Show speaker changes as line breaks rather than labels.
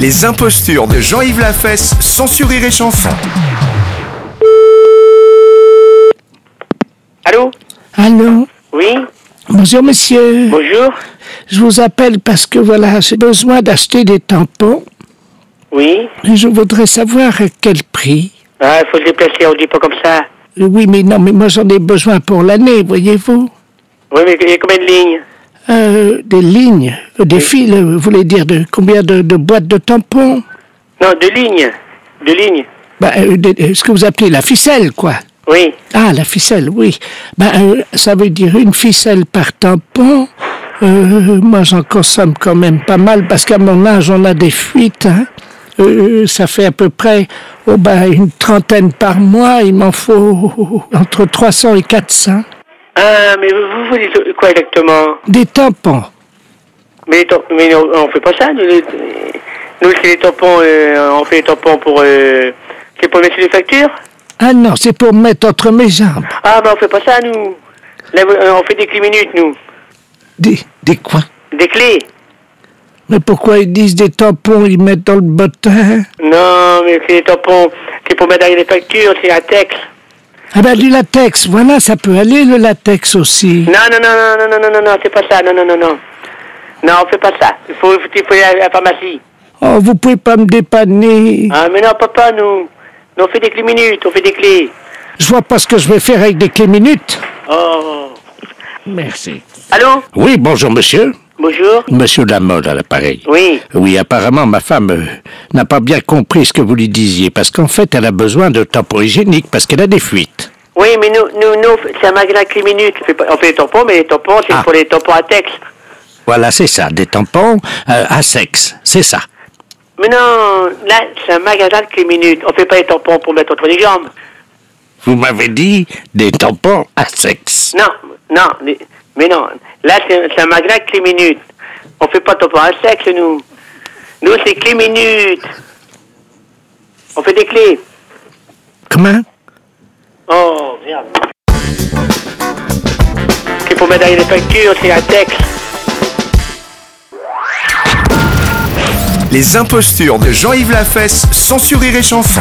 Les impostures de Jean-Yves Lafesse, censuré et chanson.
Allô
Allô
Oui
Bonjour monsieur,
Bonjour
je vous appelle parce que voilà, j'ai besoin d'acheter des tampons
Oui
et je voudrais savoir à quel prix.
Ah, il faut se déplacer, on dit pas comme ça.
Euh, Oui, mais non, mais moi j'en ai besoin pour l'année, voyez-vous.
Oui, mais il y a combien de lignes
Euh, des lignes, euh, des fils, euh, vous voulez dire de combien de, de boîtes de tampons
Non, deux lignes. Deux lignes.
bah, euh, des- euh, Ce que vous appelez la ficelle, quoi.
Oui.
Ah, la ficelle, oui. Bah, euh, ça veut dire une ficelle par tampon. Euh, moi, j'en consomme quand même pas mal parce qu'à mon âge, on a des fuites. hein. Euh, ça fait à peu près oh, bah, une trentaine par mois. Il m'en faut entre 300 et 400.
Ah, mais vous, vous voulez quoi exactement
Des tampons.
Mais, les tam- mais on, on fait pas ça, nous, les, nous, c'est les tampons, euh, on fait les tampons pour... Euh, c'est pour mettre sur les factures
Ah non, c'est pour mettre entre mes jambes.
Ah, mais on fait pas ça, nous. Là, vous- euh, on fait des clés minutes, nous.
Des, des quoi
Des clés
Mais pourquoi ils disent des tampons, ils mettent dans le bottin
Non, mais c'est les tampons, c'est pour mettre derrière les factures, c'est un texte.
Ah ben du latex, voilà, ça peut aller le latex aussi.
Non, non, non, non, non, non, non, non, non, c'est pas ça, non, non, non, non. Non, on fait pas ça. Il faut, il faut aller à la pharmacie.
Oh, vous pouvez pas me dépanner.
Ah, mais non, papa, nous, nous, on fait des clés minutes, on fait des clés.
Je vois pas ce que je vais faire avec des clés minutes.
Oh.
Merci.
Allô
Oui, bonjour monsieur.
Bonjour
Monsieur Lamolle à l'appareil.
Oui.
Oui, apparemment ma femme euh, n'a pas bien compris ce que vous lui disiez, parce qu'en fait elle a besoin de tampons hygiéniques, parce qu'elle a des fuites.
Oui, mais nous, nous, nous, c'est un magasin de clés minutes. On fait, pas- on fait les tampons, mais les tampons, c'est
Ah.
pour les tampons à texte.
Voilà, c'est ça, des tampons euh, à sexe, c'est ça.
Mais non, là, c'est un magasin de clés minutes. On fait pas les tampons pour mettre entre les jambes.
Vous m'avez dit des tampons à sexe.
Non, non, mais, mais non. Là, c'est c'est un magasin de clés minutes. On fait pas de tampons à sexe, nous. Nous, c'est clés minutes. On fait des clés.
Comment
Oh, merde. C'est pour mettre derrière les factures, c'est un texte.
Les impostures de Jean-Yves Lafesse, censuré et chanson.